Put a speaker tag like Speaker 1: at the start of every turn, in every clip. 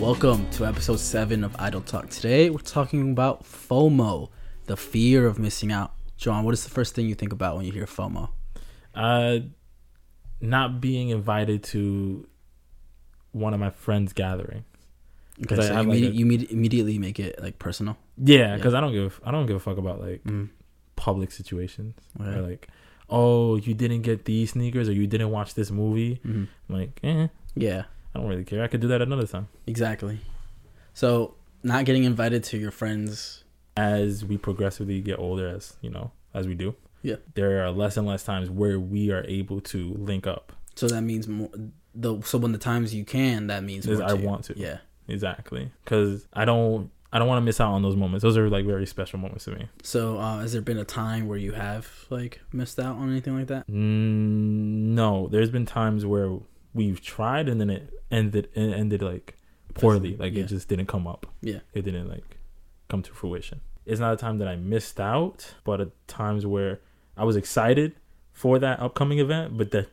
Speaker 1: Welcome to episode 7 of Idle Talk. Today we're talking about FOMO, the fear of missing out. John, what is the first thing you think about when you hear FOMO?
Speaker 2: Uh, not being invited to one of my friends' gathering.
Speaker 1: Okay,
Speaker 2: 'Cause I
Speaker 1: so
Speaker 2: have,
Speaker 1: you,
Speaker 2: like,
Speaker 1: immedi-
Speaker 2: a-
Speaker 1: you immedi- immediately make it like personal.
Speaker 2: Yeah,
Speaker 1: Yeah.
Speaker 2: because I don't give I don't give a fuck about like
Speaker 1: Mm.
Speaker 2: public situations. Or,
Speaker 1: Right.
Speaker 2: like, oh, you didn't get these sneakers or you didn't watch this movie.
Speaker 1: hmm
Speaker 2: I'm like, eh,
Speaker 1: Yeah,
Speaker 2: I don't really care. I could do that another time.
Speaker 1: exactly. So not getting invited to your friends.
Speaker 2: As we progressively get older, as you know, as we do,
Speaker 1: Yeah.
Speaker 2: there are less and less times where we are able to link up.
Speaker 1: So that means more. The so when the times you can, that means
Speaker 2: Is
Speaker 1: more
Speaker 2: I
Speaker 1: you.
Speaker 2: want to.
Speaker 1: Yeah.
Speaker 2: Exactly, because I don't I don't want to miss out on those moments. Those are like very special moments to me.
Speaker 1: So uh, has there been a time where you have like missed out on anything like that?
Speaker 2: Mm, no, there's been times where we've tried and then it ended it ended like poorly. Like
Speaker 1: Yeah.
Speaker 2: it just didn't come up.
Speaker 1: Yeah.
Speaker 2: It didn't like come to fruition. It's not a time that I missed out, but at times where I was excited for that upcoming event, but that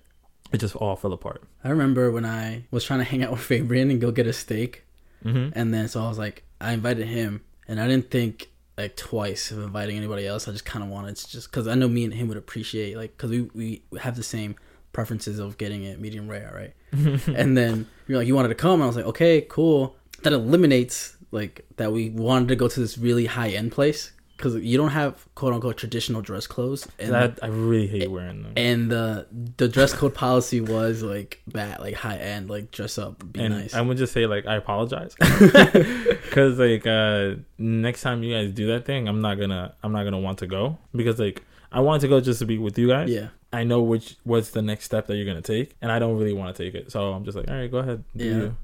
Speaker 2: it just all fell apart.
Speaker 1: I remember when I was trying to hang out with Fabian and go get a steak,
Speaker 2: Mm-hmm.
Speaker 1: and then so I was like, I invited him, and I didn't think like twice of inviting anybody else. I just kind of wanted to just because I know me and him would appreciate like because we we have the same preferences of getting it medium rare, right?
Speaker 2: Mm-hmm.
Speaker 1: and then you're like, you wanted to come, and I was like, okay, cool. That eliminates like that we wanted to go to this really high end place because you don't have quote unquote traditional dress clothes, and
Speaker 2: That I really hate wearing them.
Speaker 1: and the the dress code policy was like that, like high end, like dress up, be
Speaker 2: and
Speaker 1: nice.
Speaker 2: I would just say like I apologize, because like uh next time you guys do that thing, I'm not gonna I'm not gonna want to go because like I want to go just to be with you guys.
Speaker 1: yeah,
Speaker 2: I know which what's the next step that you're gonna take, and I don't really want to take it, so I'm just like, all right, go ahead. do
Speaker 1: Yeah.
Speaker 2: you."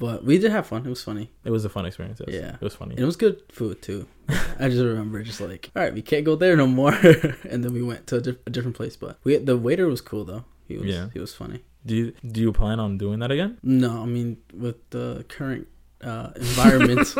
Speaker 1: but we did have fun. It was funny.
Speaker 2: It was a fun experience. Yes.
Speaker 1: Yeah.
Speaker 2: It was funny.
Speaker 1: And it was good food too. I just remember just like, all right, we can't go there no more. and then we went to a, diff- a different place, but we the waiter was cool though. He was
Speaker 2: Yeah.
Speaker 1: he was funny.
Speaker 2: Do you do you plan on doing that again?
Speaker 1: No, I mean with the current uh, environment,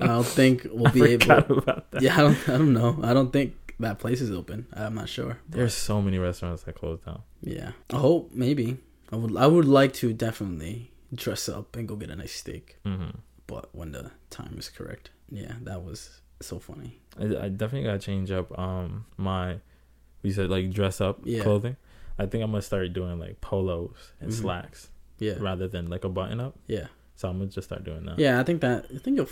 Speaker 1: I don't think we'll be
Speaker 2: I
Speaker 1: able.
Speaker 2: forgot about that.
Speaker 1: Yeah, I don't. I don't know. I don't think that place is open. I'm not sure.
Speaker 2: There's so many restaurants that closed down.
Speaker 1: Yeah. I hope maybe. I would I would like to definitely dress up and go get a nice steak,
Speaker 2: hmm
Speaker 1: but when the time is correct. Yeah, that was so funny.
Speaker 2: I, I definitely gotta change up um my we said like dress up
Speaker 1: Yeah.
Speaker 2: clothing. I think I'm gonna start doing like polos and
Speaker 1: Mhm.
Speaker 2: slacks
Speaker 1: Yeah.
Speaker 2: rather than like a button up.
Speaker 1: Yeah.
Speaker 2: So I'm gonna just start doing that.
Speaker 1: Yeah, I think that I think you'll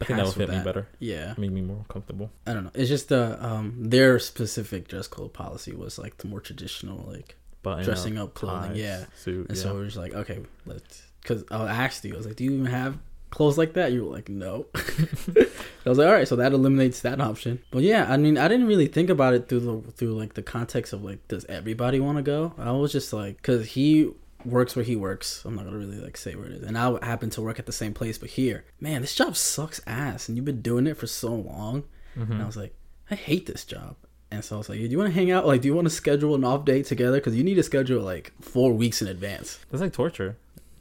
Speaker 2: I think that will fit me
Speaker 1: better.
Speaker 2: better,
Speaker 1: Yeah.
Speaker 2: make me more comfortable.
Speaker 1: I don't know. It's just the um their specific dress code policy was like the more traditional like
Speaker 2: Button
Speaker 1: dressing up clothing.
Speaker 2: ties,
Speaker 1: Yeah.
Speaker 2: suit.
Speaker 1: And
Speaker 2: yeah.
Speaker 1: so we're just like, okay, let's cuz I asked you. I was like, "Do you even have clothes like that?" You were like, "No." I was like, all right, so that eliminates that option. But yeah, I mean, I didn't really think about it through the through like the context of like, does everybody want to go? I was just like, because he works where he works. I'm not gonna really like say where it is, and I happen to work at the same place. But here, man, this job sucks ass, and you've been doing it for so long.
Speaker 2: Mm-hmm. Mm.
Speaker 1: And I was like, I hate this job. And so I was like, do you want to hang out? Like, do you want to schedule an off day together? Because you need to schedule like four weeks in advance.
Speaker 2: That's like torture.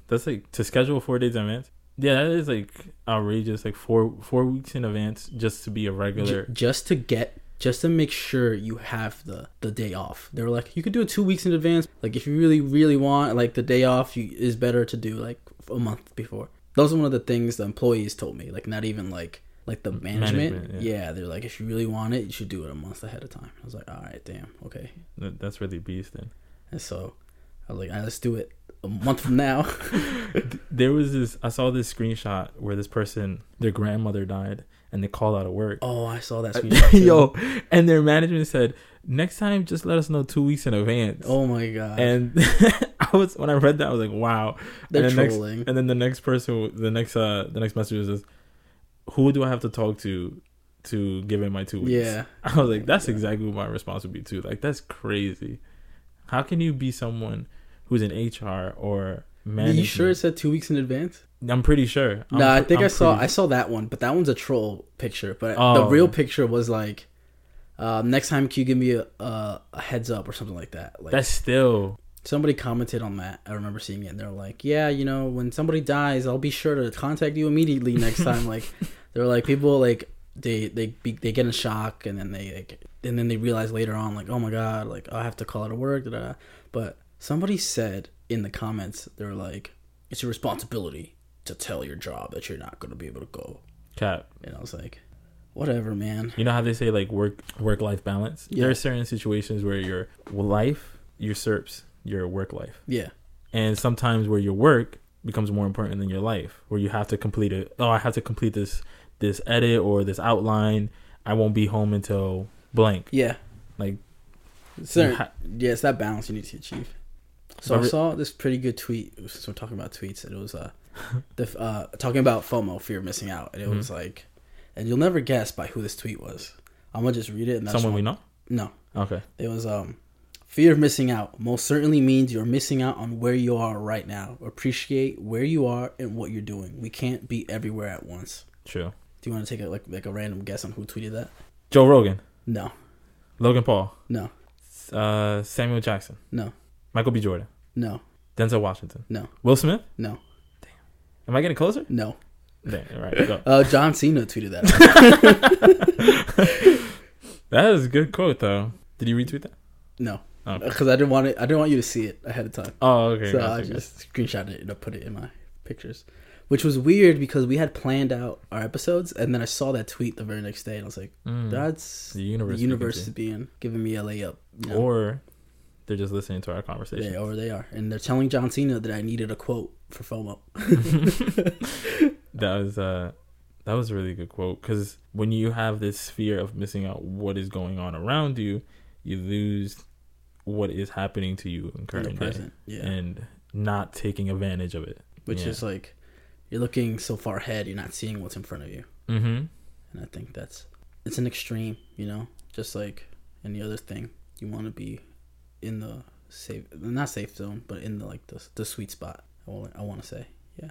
Speaker 2: That's like to schedule four days in advance. Yeah, that is like outrageous. Like four four weeks in advance just to be a
Speaker 1: J-
Speaker 2: regular.
Speaker 1: just to get just to make sure you have the the day off they were like you could do it two weeks in advance like if you really really want like the day off you is better to do like a month before those are one of the things the employees told me like not even like like the management,
Speaker 2: Management,
Speaker 1: yeah. they're like if you really want it you should do it a month ahead of time i was like all right damn okay
Speaker 2: That- That's really beast. Then
Speaker 1: and so i was like all right, let's do it a month from now
Speaker 2: there was this. I saw this screenshot where this person, their grandmother died, and they called out of work.
Speaker 1: oh i saw that screenshot too.
Speaker 2: Yo, and their management said, next time just let us know two weeks in advance.
Speaker 1: oh my god
Speaker 2: And I was when I read that I was like, wow.
Speaker 1: they're
Speaker 2: and the next-
Speaker 1: trolling
Speaker 2: And then the next person, the next uh, the next message was, this, who do I have to talk to to give in my two weeks?
Speaker 1: yeah
Speaker 2: I was like, that's
Speaker 1: Yeah.
Speaker 2: exactly what my response would be too. Like, that's crazy. How can you be someone who's in HR or
Speaker 1: are
Speaker 2: management?
Speaker 1: you sure it said two weeks in advance
Speaker 2: I'm pretty sure.
Speaker 1: No, I think i saw I saw that one, but that one's a troll picture. But the
Speaker 2: Oh.
Speaker 1: real picture was like, uh, next time, can you give me a, a, a heads up or something like that? Like
Speaker 2: That's still
Speaker 1: somebody commented on that. I remember seeing it, and they're like, yeah, you know, when somebody dies, I'll be sure to contact you immediately next time. like, they're like people like they they be, they get in shock, and then they like, and then they realize later on like, oh my god, like I have to call out of work. Da, da, da. But somebody said in the comments, they were like, it's your responsibility. to to tell your job that you're not going to be able to go.
Speaker 2: Cap.
Speaker 1: And I was like, whatever, man.
Speaker 2: You know how they say like work work life balance.
Speaker 1: Yeah.
Speaker 2: There are certain situations where your life usurps your work life,
Speaker 1: Yeah,
Speaker 2: and sometimes where your work becomes more important than your life, where you have to complete it. Oh, I have to complete this this edit or this outline. I won't be home until blank.
Speaker 1: yeah.
Speaker 2: Like,
Speaker 1: Certain,
Speaker 2: you ha-
Speaker 1: yeah, it's that balance you need to achieve. So
Speaker 2: But
Speaker 1: I
Speaker 2: re-
Speaker 1: saw this pretty good tweet. Since we're talking about tweets, and it was uh, the f- uh, talking about FOMO, fear of missing out,
Speaker 2: Mm-hmm.
Speaker 1: and it was like, and you'll never guess by who this tweet was. I'm gonna just read it. And that's
Speaker 2: someone we
Speaker 1: one-
Speaker 2: know.
Speaker 1: No,
Speaker 2: Okay.
Speaker 1: it was um, fear of missing out most certainly means you're missing out on where you are right now. Appreciate where you are and what you're doing. We can't be everywhere at once.
Speaker 2: True.
Speaker 1: Do you want to take a, like like a random guess on who tweeted that?
Speaker 2: Joe Rogan,
Speaker 1: No,
Speaker 2: Logan Paul,
Speaker 1: no,
Speaker 2: uh, Samuel Jackson,
Speaker 1: no,
Speaker 2: Michael B. Jordan,
Speaker 1: no,
Speaker 2: Denzel Washington,
Speaker 1: no,
Speaker 2: Will Smith.
Speaker 1: no,
Speaker 2: Am I getting closer?
Speaker 1: no.
Speaker 2: Dang, all right, go.
Speaker 1: Uh, John Cena tweeted that.
Speaker 2: That is a good quote though. Did you retweet that?
Speaker 1: no,
Speaker 2: Okay.
Speaker 1: because I didn't want it. I didn't want you to see it ahead of time,
Speaker 2: Oh, okay.
Speaker 1: so
Speaker 2: gotcha,
Speaker 1: I
Speaker 2: gotcha.
Speaker 1: just screenshot it and I put it in my pictures, which was weird because we had planned out our episodes, and then I saw that tweet the very next day, and I was like,
Speaker 2: Mm.
Speaker 1: "That's
Speaker 2: the
Speaker 1: the
Speaker 2: universe.
Speaker 1: universe, is
Speaker 2: speaking to
Speaker 1: being giving me a layup." you
Speaker 2: you.
Speaker 1: know?
Speaker 2: Or they're just listening to our conversation.
Speaker 1: they over they are, and they're telling John Cena that I needed a quote for FOMO.
Speaker 2: That was uh, that was a really good quote because when you have this fear of missing out what is going on around you, you lose what is happening to you in
Speaker 1: in
Speaker 2: current
Speaker 1: the
Speaker 2: day
Speaker 1: present, yeah.
Speaker 2: and not taking advantage of it.
Speaker 1: which
Speaker 2: Yeah.
Speaker 1: is like you're looking so far ahead, you're not seeing what's in front of you.
Speaker 2: Mm-hmm.
Speaker 1: And I think that's it's an extreme, you know, just like any other thing. You want to be in the safe, not safe zone, but in the like the the sweet spot. I want, I want to say, yeah.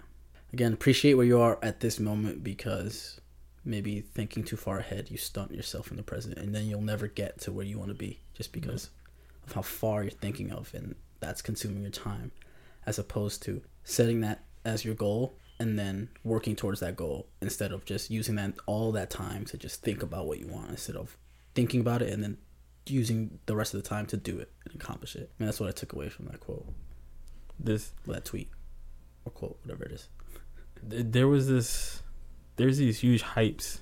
Speaker 1: Again, appreciate where you are at this moment because maybe thinking too far ahead, you stunt yourself in the present, and then you'll never get to where you want to be just because of how far you're thinking of, and that's consuming your time, as opposed to setting that as your goal and then working towards that goal instead of just using that all that time to just think about what you want instead of thinking about it and then using the rest of the time to do it and accomplish it. And that's what I took away from that quote,
Speaker 2: This
Speaker 1: that tweet, or quote, whatever it is.
Speaker 2: th- there was this there's these huge hypes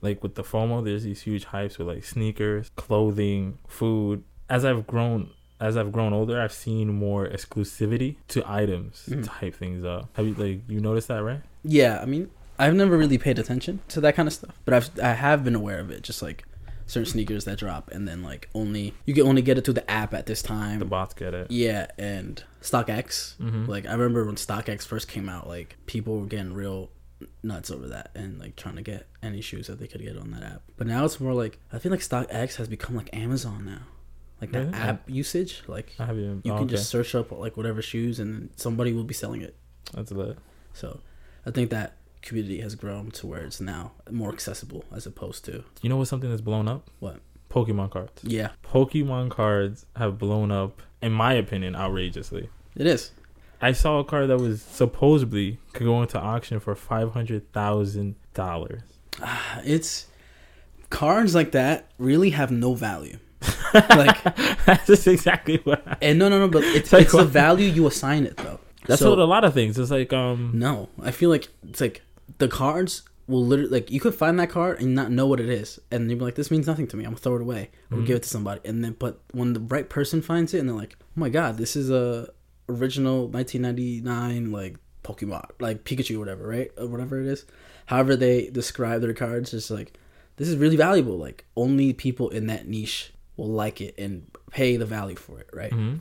Speaker 2: like with the FOMO there's these huge hypes with like sneakers clothing food as I've grown as I've grown older I've seen more exclusivity to items
Speaker 1: Mhm.
Speaker 2: to hype things up have you like you noticed that right
Speaker 1: Yeah, I mean, I've never really paid attention to that kind of stuff, but I've I have been aware of it, just like certain sneakers that drop and then like only you can only get it through the app at this
Speaker 2: the
Speaker 1: time.
Speaker 2: bots get it
Speaker 1: Yeah, and StockX.
Speaker 2: Mhm.
Speaker 1: Mm. Like I remember when StockX first came out, like people were getting real nuts over that and like trying to get any shoes that they could get on that app. But now it's more like I feel like StockX has become like Amazon now. Like that
Speaker 2: Really?
Speaker 1: app usage, like
Speaker 2: I haven't even,
Speaker 1: you
Speaker 2: oh,
Speaker 1: can
Speaker 2: okay.
Speaker 1: just search up like whatever shoes and then somebody will be selling it.
Speaker 2: that's lit
Speaker 1: So I think that community has grown to where it's now more accessible as opposed to
Speaker 2: you know what's something that's blown up
Speaker 1: What?
Speaker 2: Pokemon cards
Speaker 1: yeah,
Speaker 2: Pokemon cards have blown up in my opinion outrageously
Speaker 1: it is.
Speaker 2: I saw a card that was supposedly could go into auction for five hundred thousand dollars.
Speaker 1: Ah, It's cards like that really have no value. like
Speaker 2: That's exactly what. I,
Speaker 1: and no no no, but it's,
Speaker 2: It's like
Speaker 1: it's the
Speaker 2: what?
Speaker 1: value you assign it though.
Speaker 2: that's
Speaker 1: So-
Speaker 2: what a lot of things. It's like um,
Speaker 1: No, I feel like it's like the cards will literally like you could find that card and not know what it is, and you'd be like, "This means nothing to me. I'm gonna throw it away or
Speaker 2: Mm-hmm.
Speaker 1: give it to somebody." And then, but when the right person finds it, and they're like, "Oh my god, this is a original 1999 like Pokemon, like Pikachu, or whatever, right? Or whatever it is." However, they describe their cards, just like this is really valuable. Like only people in that niche will like it and pay the value for it, right?
Speaker 2: Mm-hmm.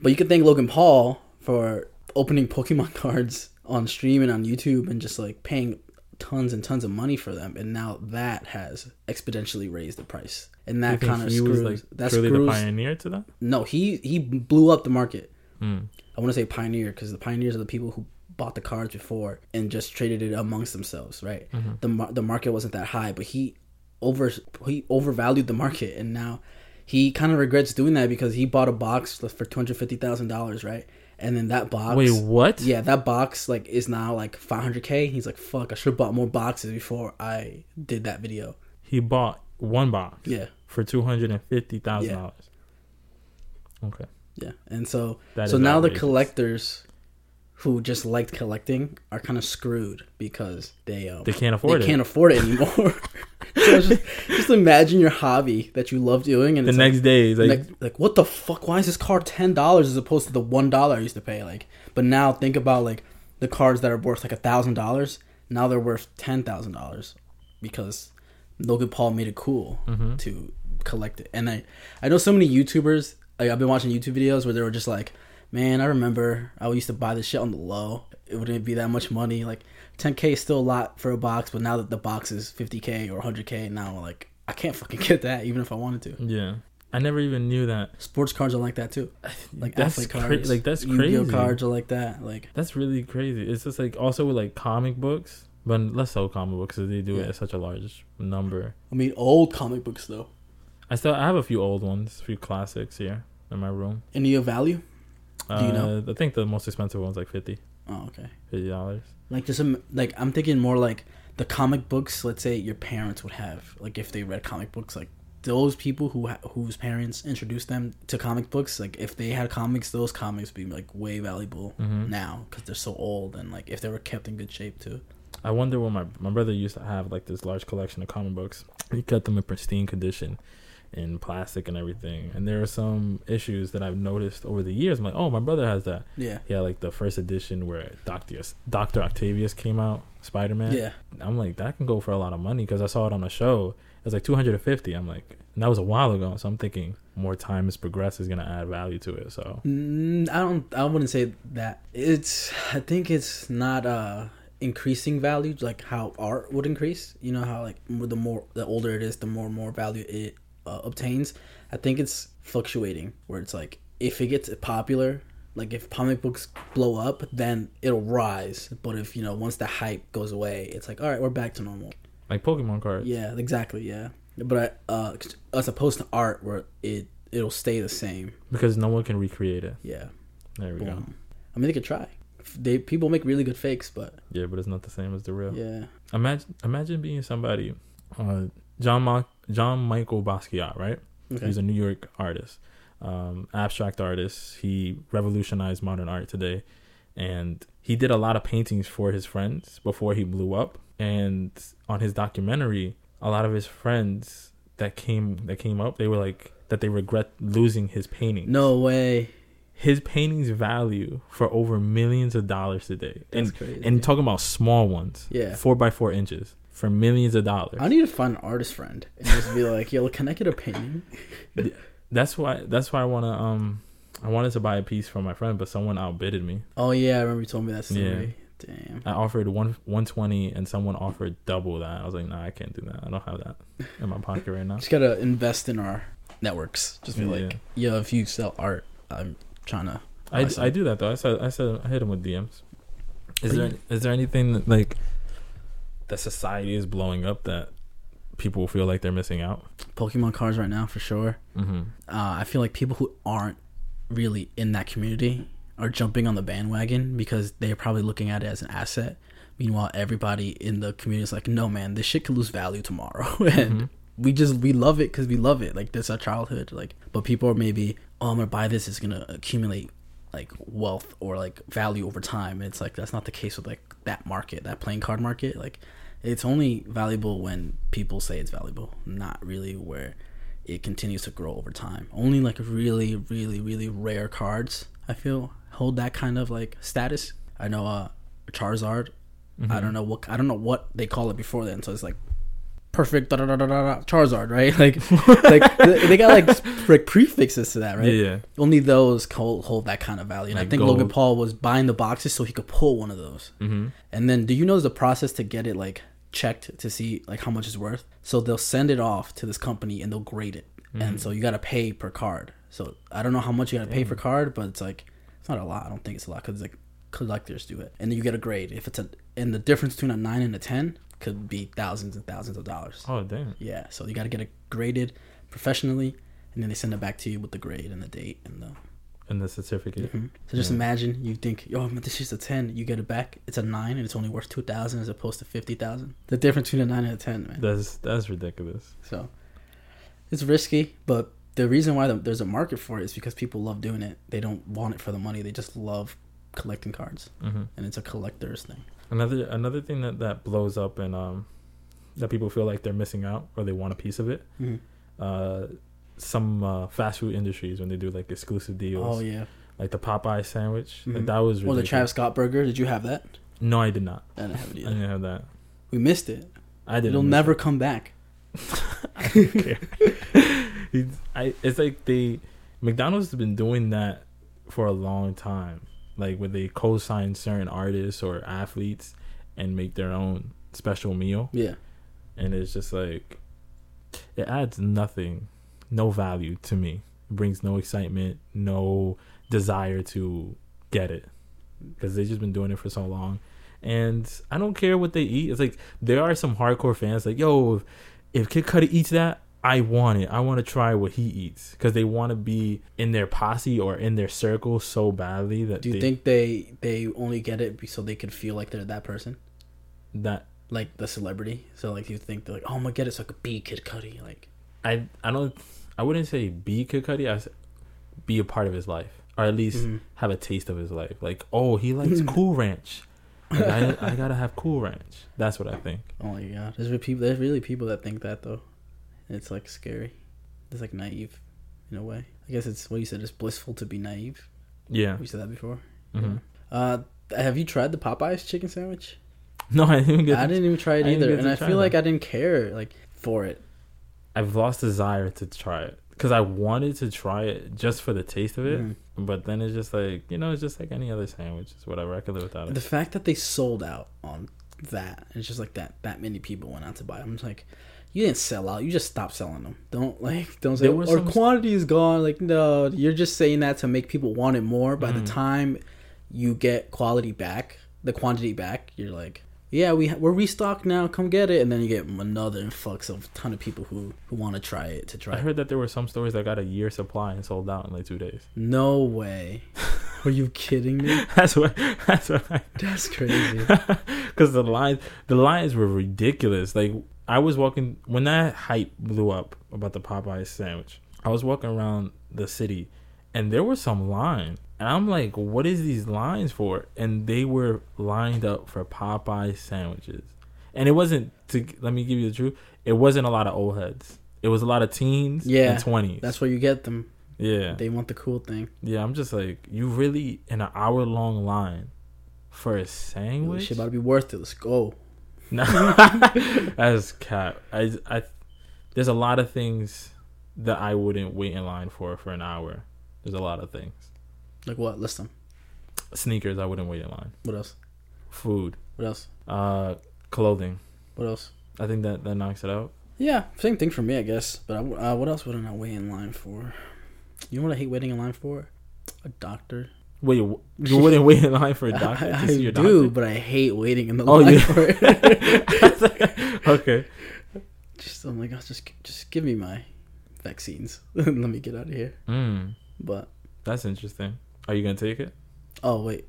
Speaker 1: But you can thank Logan Paul for opening Pokemon cards on stream and on YouTube and just like paying tons and tons of money for them. And now that has exponentially raised the price. And
Speaker 2: I
Speaker 1: that
Speaker 2: think
Speaker 1: kind of
Speaker 2: he
Speaker 1: screws.
Speaker 2: was like
Speaker 1: that
Speaker 2: truly the
Speaker 1: screws.
Speaker 2: pioneer to that.
Speaker 1: no, he he blew up the market.
Speaker 2: Mm.
Speaker 1: I want to say pioneer because the pioneers are the people who bought the cards before and just traded it amongst themselves, right?
Speaker 2: Mm-hmm.
Speaker 1: The mar- the market wasn't that high, but he over he overvalued the market, and now he kind of regrets doing that because he bought a box for two hundred fifty thousand dollars, right? And then that box,
Speaker 2: Wait, what?
Speaker 1: yeah, that box like is now like five hundred k. He's like, fuck, I should have bought more boxes before I did that video.
Speaker 2: He bought one box
Speaker 1: Yeah,
Speaker 2: for two hundred and fifty thousand dollars. Okay,
Speaker 1: yeah, and so
Speaker 2: That
Speaker 1: so
Speaker 2: is
Speaker 1: now
Speaker 2: outrageous.
Speaker 1: the collectors who just liked collecting are kind of screwed because they um,
Speaker 2: They can't
Speaker 1: they
Speaker 2: afford it.
Speaker 1: can't afford it anymore. so it's just, just imagine your hobby that you love doing, and
Speaker 2: the
Speaker 1: it's
Speaker 2: next day, it's
Speaker 1: like,
Speaker 2: like,
Speaker 1: like, like, what the fuck? Why is this car ten dollars as opposed to the one dollar I used to pay? Like, but now think about like the cards that are worth like a thousand dollars. Now they're worth ten thousand dollars because Logan Paul made it cool to collect it. And I, I know so many YouTubers. Like I've been watching YouTube videos where they were just like, "Man, I remember I used to buy this shit on the low. It wouldn't be that much money. Like, 10k is still a lot for a box, but now that the box is 50k or 100k, now like I can't fucking get that even if I wanted to.
Speaker 2: yeah. I never even knew that.
Speaker 1: Sports cards are like that too. Like
Speaker 2: that's
Speaker 1: athlete cards,
Speaker 2: cra- like that's
Speaker 1: Yu-Gi-Oh
Speaker 2: crazy.
Speaker 1: cards are like that. Like
Speaker 2: That's really crazy. It's just like also with like comic books, but less so comic books because they do it at such a large number.
Speaker 1: I mean, old comic books though.
Speaker 2: I still I have a few old ones, a few classics here in my room.
Speaker 1: Any of value?
Speaker 2: Uh,
Speaker 1: Do you know?
Speaker 2: I think the most expensive one's like 50
Speaker 1: Oh, okay.
Speaker 2: dollars.
Speaker 1: Like just some like I'm thinking more like the comic books. Let's say your parents would have like if they read comic books, like those people who ha- whose parents introduced them to comic books. Like if they had comics, those comics would be like way valuable now
Speaker 2: Mm-hmm.
Speaker 1: now because they're so old and like if they were kept in good shape too.
Speaker 2: I wonder what my my brother used to have like this large collection of comic books. He kept them in pristine condition, in plastic and everything. And there are some issues that I've noticed over the years. I'm like, oh, my brother has that.
Speaker 1: Yeah.
Speaker 2: Yeah, like the first edition where Doctor Doctor Octavius came out, Spider Man.
Speaker 1: Yeah.
Speaker 2: I'm like, that can go for a lot of money because I saw it on a show. It was like 250. I'm like, and that was a while ago. So I'm thinking more time has progressed is gonna add value to it. So
Speaker 1: Mm, I don't. I wouldn't say that. It's. I think it's not uh increasing value like how art would increase. You know how like m- the more the older it is, the more and more value it uh, obtains. I think it's fluctuating where it's like if it gets popular. Like if comic books blow up, then it'll rise. But if you know, once the hype goes away, it's like, all right, we're back to normal.
Speaker 2: like Pokemon cards.
Speaker 1: Yeah, exactly. Yeah, but I, uh, as opposed to art, where it it'll stay the same.
Speaker 2: Because no one can recreate it.
Speaker 1: Yeah.
Speaker 2: There we go.
Speaker 1: Boom. I mean, they could try. F- They people make really good fakes, but
Speaker 2: Yeah, but it's not the same as the real.
Speaker 1: yeah,
Speaker 2: Imagine imagine being somebody, uh, John Ma- John Michael Basquiat, right?
Speaker 1: okay,
Speaker 2: He's a New York artist, um, abstract artist. He revolutionized modern art today, and he did a lot of paintings for his friends before he blew up. And on his documentary, a lot of his friends that came that came up, they were like that they regret losing his paintings.
Speaker 1: no way.
Speaker 2: his paintings value for over millions of dollars today,
Speaker 1: That's
Speaker 2: and
Speaker 1: crazy.
Speaker 2: and talking about small ones,
Speaker 1: Yeah.
Speaker 2: four by four inches for millions of dollars.
Speaker 1: I need to find an artist friend and just be like, yo, can I get a painting?
Speaker 2: That's why. That's why I wanna. Um, I wanted to buy a piece from my friend, but someone outbidded me.
Speaker 1: Oh yeah, I remember you told me that story. Damn.
Speaker 2: I offered one one twenty, and someone offered double that. I was like, Nah, I can't do that. I don't have that in my pocket right now.
Speaker 1: Just gotta invest in our networks. Just be like, yo, if you sell art, I'm trying to.
Speaker 2: I,
Speaker 1: Awesome.
Speaker 2: I do that though. I said I said I hit him with DMs. Is
Speaker 1: But
Speaker 2: there
Speaker 1: you-
Speaker 2: is there anything that, like that society is blowing up that people feel like they're missing out?
Speaker 1: Pokemon cards right now for sure.
Speaker 2: Mm-hmm.
Speaker 1: uh, I feel like people who aren't really in that community are jumping on the bandwagon because they're probably looking at it as an asset. Meanwhile, everybody in the community is like, no, man, this shit could lose value tomorrow. and we just, we love it because we love it. Like, that's our childhood. Like, but people are maybe, oh, I'm going to buy this. It's going to accumulate like wealth or like value over time. And it's like, that's not the case with like that market, that playing card market. Like, it's only valuable when people say it's valuable, not really where it continues to grow over time. Only like really, really, really rare cards I feel hold that kind of like status. I know uh Charizard.
Speaker 2: Mm-hmm.
Speaker 1: I don't know what I don't know what they call it before then. So it's like perfect da da da da da da Charizard, right? Like like they they got like s- like prefixes to that, right?
Speaker 2: Yeah, yeah.
Speaker 1: Only those hold, hold that kind of value. And I
Speaker 2: Like
Speaker 1: think Logan
Speaker 2: gold.
Speaker 1: Paul was buying the boxes so he could pull one of those.
Speaker 2: Mm-hmm.
Speaker 1: And then, do you know the process to get it like checked to see like how much it's worth? So they'll send it off to this company and they'll grade it, and so you got to pay per card. So I don't know how much you got to pay per card, but it's like it's not a lot. I don't think it's a lot because like collectors do it, and then you get a grade. If it's a and the difference between a nine and a ten could be thousands and thousands of dollars.
Speaker 2: Oh damn.
Speaker 1: Yeah, so you got to get it graded professionally, and then they send it back to you with the grade and the date and the
Speaker 2: And the certificate.
Speaker 1: Mhm. So just imagine you think, yo, man, this is a ten. You get it back, it's a nine, and it's only worth two thousand as opposed to fifty thousand. The difference between a nine and a ten, man.
Speaker 2: That's that's ridiculous.
Speaker 1: So it's risky, but the reason why the, there's a market for it is because people love doing it. They don't want it for the money. They just love collecting cards,
Speaker 2: hmm
Speaker 1: and it's a collector's thing.
Speaker 2: Another another thing that that blows up and um that people feel like they're missing out or they want a piece of it. Uh, some uh, fast food industries when they do like exclusive deals,
Speaker 1: Oh yeah.
Speaker 2: like the Popeye sandwich, like
Speaker 1: Mhm.
Speaker 2: that was
Speaker 1: Or the
Speaker 2: ridiculous.
Speaker 1: Travis Scott burger. Did you have that?
Speaker 2: No, I did not.
Speaker 1: I didn't have it
Speaker 2: I
Speaker 1: either.
Speaker 2: didn't have that.
Speaker 1: We missed it.
Speaker 2: I didn't.
Speaker 1: It'll
Speaker 2: miss
Speaker 1: never come back.
Speaker 2: He's- I, it's like they McDonald's has been doing that for a long time, like where they co-sign certain artists or athletes and make their own special meal,
Speaker 1: Yeah.
Speaker 2: and it's just like it adds nothing, no value to me. It brings no excitement, no desire to get it because they've just been doing it for so long. And I don't care what they eat. It's like there are some hardcore fans like, yo, if, if Kid Cudi eats that, I want it. I want to try what he eats because they want to be in their posse or in their circle so badly that
Speaker 1: Do you
Speaker 2: they,
Speaker 1: think they they only get it be- so they could feel like they're that person,
Speaker 2: that
Speaker 1: like the celebrity? So like you think they're like, oh, I'm gonna get it so I could be Kid Cudi. Like
Speaker 2: I I don't I wouldn't say be Kid Cudi. I s- be a part of his life or at least
Speaker 1: Mhm.
Speaker 2: have a taste of his life. Like, oh, he likes Cool Ranch. Like, I, I gotta have Cool Ranch. That's what I think.
Speaker 1: Oh my god, there's re- people. There's really people that think that though. And It's like scary. It's like naive, in a way. I guess it's what you said. It's blissful to be naive.
Speaker 2: Yeah.
Speaker 1: We said that before.
Speaker 2: hmm
Speaker 1: Uh, have you tried the Popeyes chicken sandwich?
Speaker 2: No, I didn't get.
Speaker 1: I didn't even try it
Speaker 2: I didn't
Speaker 1: either,
Speaker 2: get
Speaker 1: and
Speaker 2: to
Speaker 1: I
Speaker 2: try
Speaker 1: feel like
Speaker 2: them.
Speaker 1: I didn't care like for it.
Speaker 2: I've lost desire to try it because I wanted to try it just for the taste of it,
Speaker 1: Mhm.
Speaker 2: but then it's just like you know, it's just like any other sandwich. It's whatever. I could live without
Speaker 1: The
Speaker 2: it.
Speaker 1: fact that they sold out on that, and it's just like that. That many people went out to buy. them. I'm just like, you didn't sell out. You just stopped selling them. Don't like, don't say.
Speaker 2: There were
Speaker 1: Or
Speaker 2: some-
Speaker 1: quantity is gone. Like, no, you're just saying that to make people want it more. By
Speaker 2: Mhm.
Speaker 1: the time you get quality back, the quantity back, you're like, yeah, we ha- we're restocked now. Come get it, and then you get another influx of ton of people who who want to try it to try.
Speaker 2: I
Speaker 1: it.
Speaker 2: heard that there were some stores that got a year supply and sold out in like two days.
Speaker 1: No way. Are you kidding me?
Speaker 2: That's what. That's what. I
Speaker 1: That's crazy.
Speaker 2: because the lines the lines were ridiculous like i was walking when that hype blew up about the popeyes sandwich i was walking around the city and there was some line and i'm like what is these lines for and they were lined up for popeye sandwiches and it wasn't to let me give you the truth it wasn't a lot of old heads it was a lot of teens
Speaker 1: Yeah,
Speaker 2: and 20s
Speaker 1: That's where you get them.
Speaker 2: yeah
Speaker 1: They want the cool thing.
Speaker 2: yeah i'm just like you really in an hour long line for a
Speaker 1: Yo, This
Speaker 2: sandwich
Speaker 1: shit about to be worth it. Let's go.
Speaker 2: No, that's cap. I, I, there's a lot of things that I wouldn't wait in line for for an hour. There's a lot of things.
Speaker 1: Like what? List them.
Speaker 2: Sneakers, I wouldn't wait in line.
Speaker 1: What else?
Speaker 2: Food,
Speaker 1: What else?
Speaker 2: uh, clothing.
Speaker 1: What else?
Speaker 2: I think that that knocks it out.
Speaker 1: Yeah, same thing for me, I guess. But I w uh, what else wouldn't I wait in line for? You know what I hate waiting in line for? A doctor.
Speaker 2: Wait, you wouldn't wait in line for a doctor
Speaker 1: I,
Speaker 2: to
Speaker 1: I
Speaker 2: see your
Speaker 1: do,
Speaker 2: doctor?
Speaker 1: but I hate waiting in the
Speaker 2: Oh,
Speaker 1: line
Speaker 2: you-
Speaker 1: for it.
Speaker 2: okay.
Speaker 1: just I'm like, oh, just just give me my vaccines and let me get out of here.
Speaker 2: Mm,
Speaker 1: But
Speaker 2: that's interesting. Are you gonna take it?
Speaker 1: oh wait,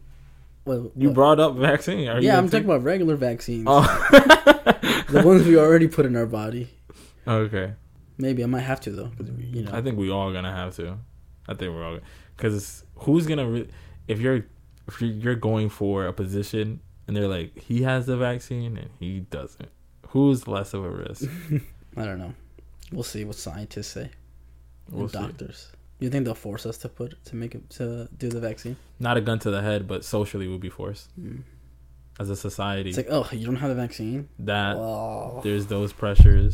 Speaker 1: Wait,
Speaker 2: You
Speaker 1: what?
Speaker 2: brought up vaccine. Are you
Speaker 1: yeah,
Speaker 2: gonna
Speaker 1: I'm
Speaker 2: take-
Speaker 1: talking about regular vaccines.
Speaker 2: Oh,
Speaker 1: the ones we already put in our body.
Speaker 2: okay.
Speaker 1: Maybe I might have to though, 'cause, you know.
Speaker 2: I think we all gonna have to. I think we're all because who's gonna re- if you're if you're, you're going for a position and they're like he has the vaccine and he doesn't, who's less of a risk?
Speaker 1: I don't know. We'll see what scientists say. and
Speaker 2: We'll see.
Speaker 1: doctors. You think they'll force us to put to make it to do the vaccine?
Speaker 2: Not a gun to the head, but socially we'll be forced
Speaker 1: Mm.
Speaker 2: as a society
Speaker 1: It's like, oh, you don't have the vaccine.
Speaker 2: that
Speaker 1: Oh,
Speaker 2: there's those pressures,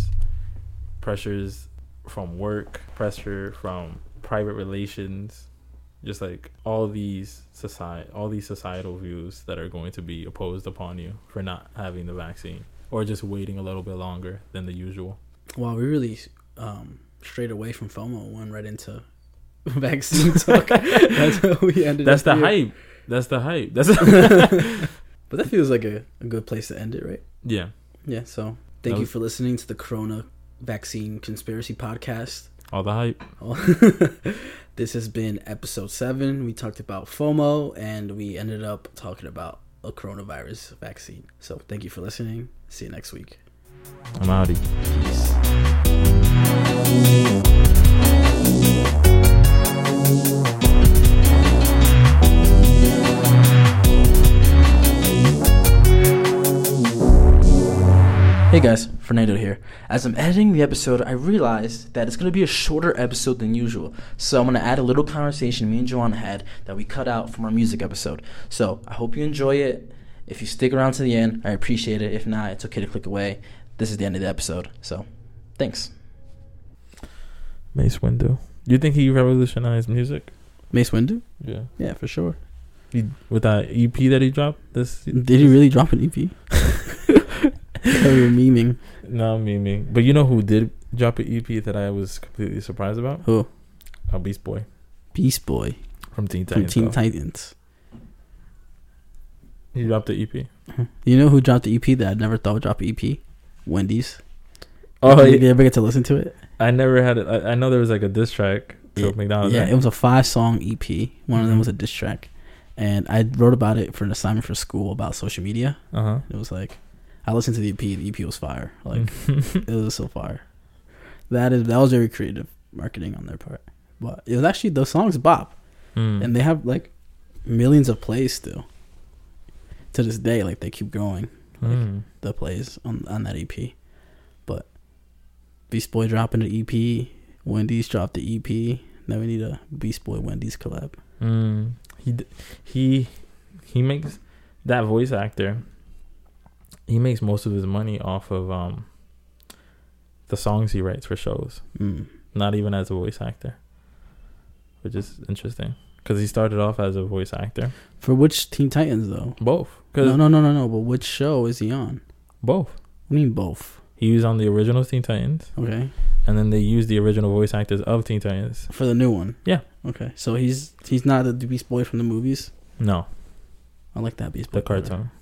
Speaker 2: pressures from work, pressure from private relations, just like all these society, all these societal views that are going to be opposed upon you for not having the vaccine or just waiting a little bit longer than the usual.
Speaker 1: wow, we really um, strayed away from FOMO and went right into vaccine talk. That's how we ended.
Speaker 2: That's the
Speaker 1: up here.
Speaker 2: hype. That's the hype. That's
Speaker 1: But that feels like a, a good place to end it, right?
Speaker 2: yeah.
Speaker 1: Yeah. So thank
Speaker 2: That
Speaker 1: you
Speaker 2: was-
Speaker 1: for listening to the Corona Vaccine Conspiracy Podcast.
Speaker 2: All the hype.
Speaker 1: Oh, this has been episode seven. We talked about FOMO and we ended up talking about a coronavirus vaccine. So thank you for listening. See you next week.
Speaker 2: I'm outie.
Speaker 1: Peace.
Speaker 3: Hey guys, Fernando here. As I'm editing the episode, I realized that it's going to be a shorter episode than usual. So I'm going to add a little conversation me and Joanna had that we cut out from our music episode. So I hope you enjoy it. If you stick around to the end, I appreciate it. If not, it's okay to click away. This is the end of the episode. So thanks.
Speaker 2: Mace Windu. You think he revolutionized music?
Speaker 1: Mace Windu?
Speaker 2: Yeah.
Speaker 1: Yeah, for sure.
Speaker 2: He, with that EP that he dropped this
Speaker 1: Did he really drop an EP? that we were memeing.
Speaker 2: No, memeing. But you know who did drop an EP that I was completely surprised about?
Speaker 1: Who?
Speaker 2: A Beast Boy
Speaker 1: Oh, Beast Boy
Speaker 2: from Teen
Speaker 1: from
Speaker 2: Titans.
Speaker 1: Teen
Speaker 2: Go.
Speaker 1: Titans.
Speaker 2: He dropped E the EP.
Speaker 1: You know who dropped the EP that I never thought would drop an EP? Wendy's.
Speaker 2: Oh,
Speaker 1: did, did
Speaker 2: yeah.
Speaker 1: you ever get to listen to it?
Speaker 2: I never had it. I, I know there was like a diss track to McDonald's.
Speaker 1: yeah,
Speaker 2: right?
Speaker 1: it was a five song EP. One of them
Speaker 2: Mhm.
Speaker 1: was a diss track, and I wrote about it for an assignment for school about social media.
Speaker 2: uh-huh.
Speaker 1: It was like I listened to the EP. The EP was fire. Like
Speaker 2: Hmm.
Speaker 1: it was so fire. That is that was very creative marketing on their part. But it was actually those songs bop,
Speaker 2: Mm.
Speaker 1: and they have like millions of plays still. To this day, like they keep growing
Speaker 2: Mm.
Speaker 1: the plays on on that EP. But Beast Boy dropping the EP, Wendy's dropped the EP. Now we need a Beast Boy Wendy's collab.
Speaker 2: Mm. He d- he he makes that voice actor. He makes most of his money off of um the songs he writes for shows,
Speaker 1: Mm.
Speaker 2: not even as a voice actor, which is interesting because he started off as a voice actor.
Speaker 1: For which Teen Titans though?
Speaker 2: Both, because
Speaker 1: No, no, no, no, no. But which show is he on?
Speaker 2: both.
Speaker 1: I mean both.
Speaker 2: He was on the original Teen Titans,
Speaker 1: Okay,
Speaker 2: and then they used the original voice actors of Teen Titans.
Speaker 1: for the new one.
Speaker 2: Yeah.
Speaker 1: Okay, so he's he's not the Beast Boy from the movies.
Speaker 2: No,
Speaker 1: I like that Beast Boy.
Speaker 2: the cartoon.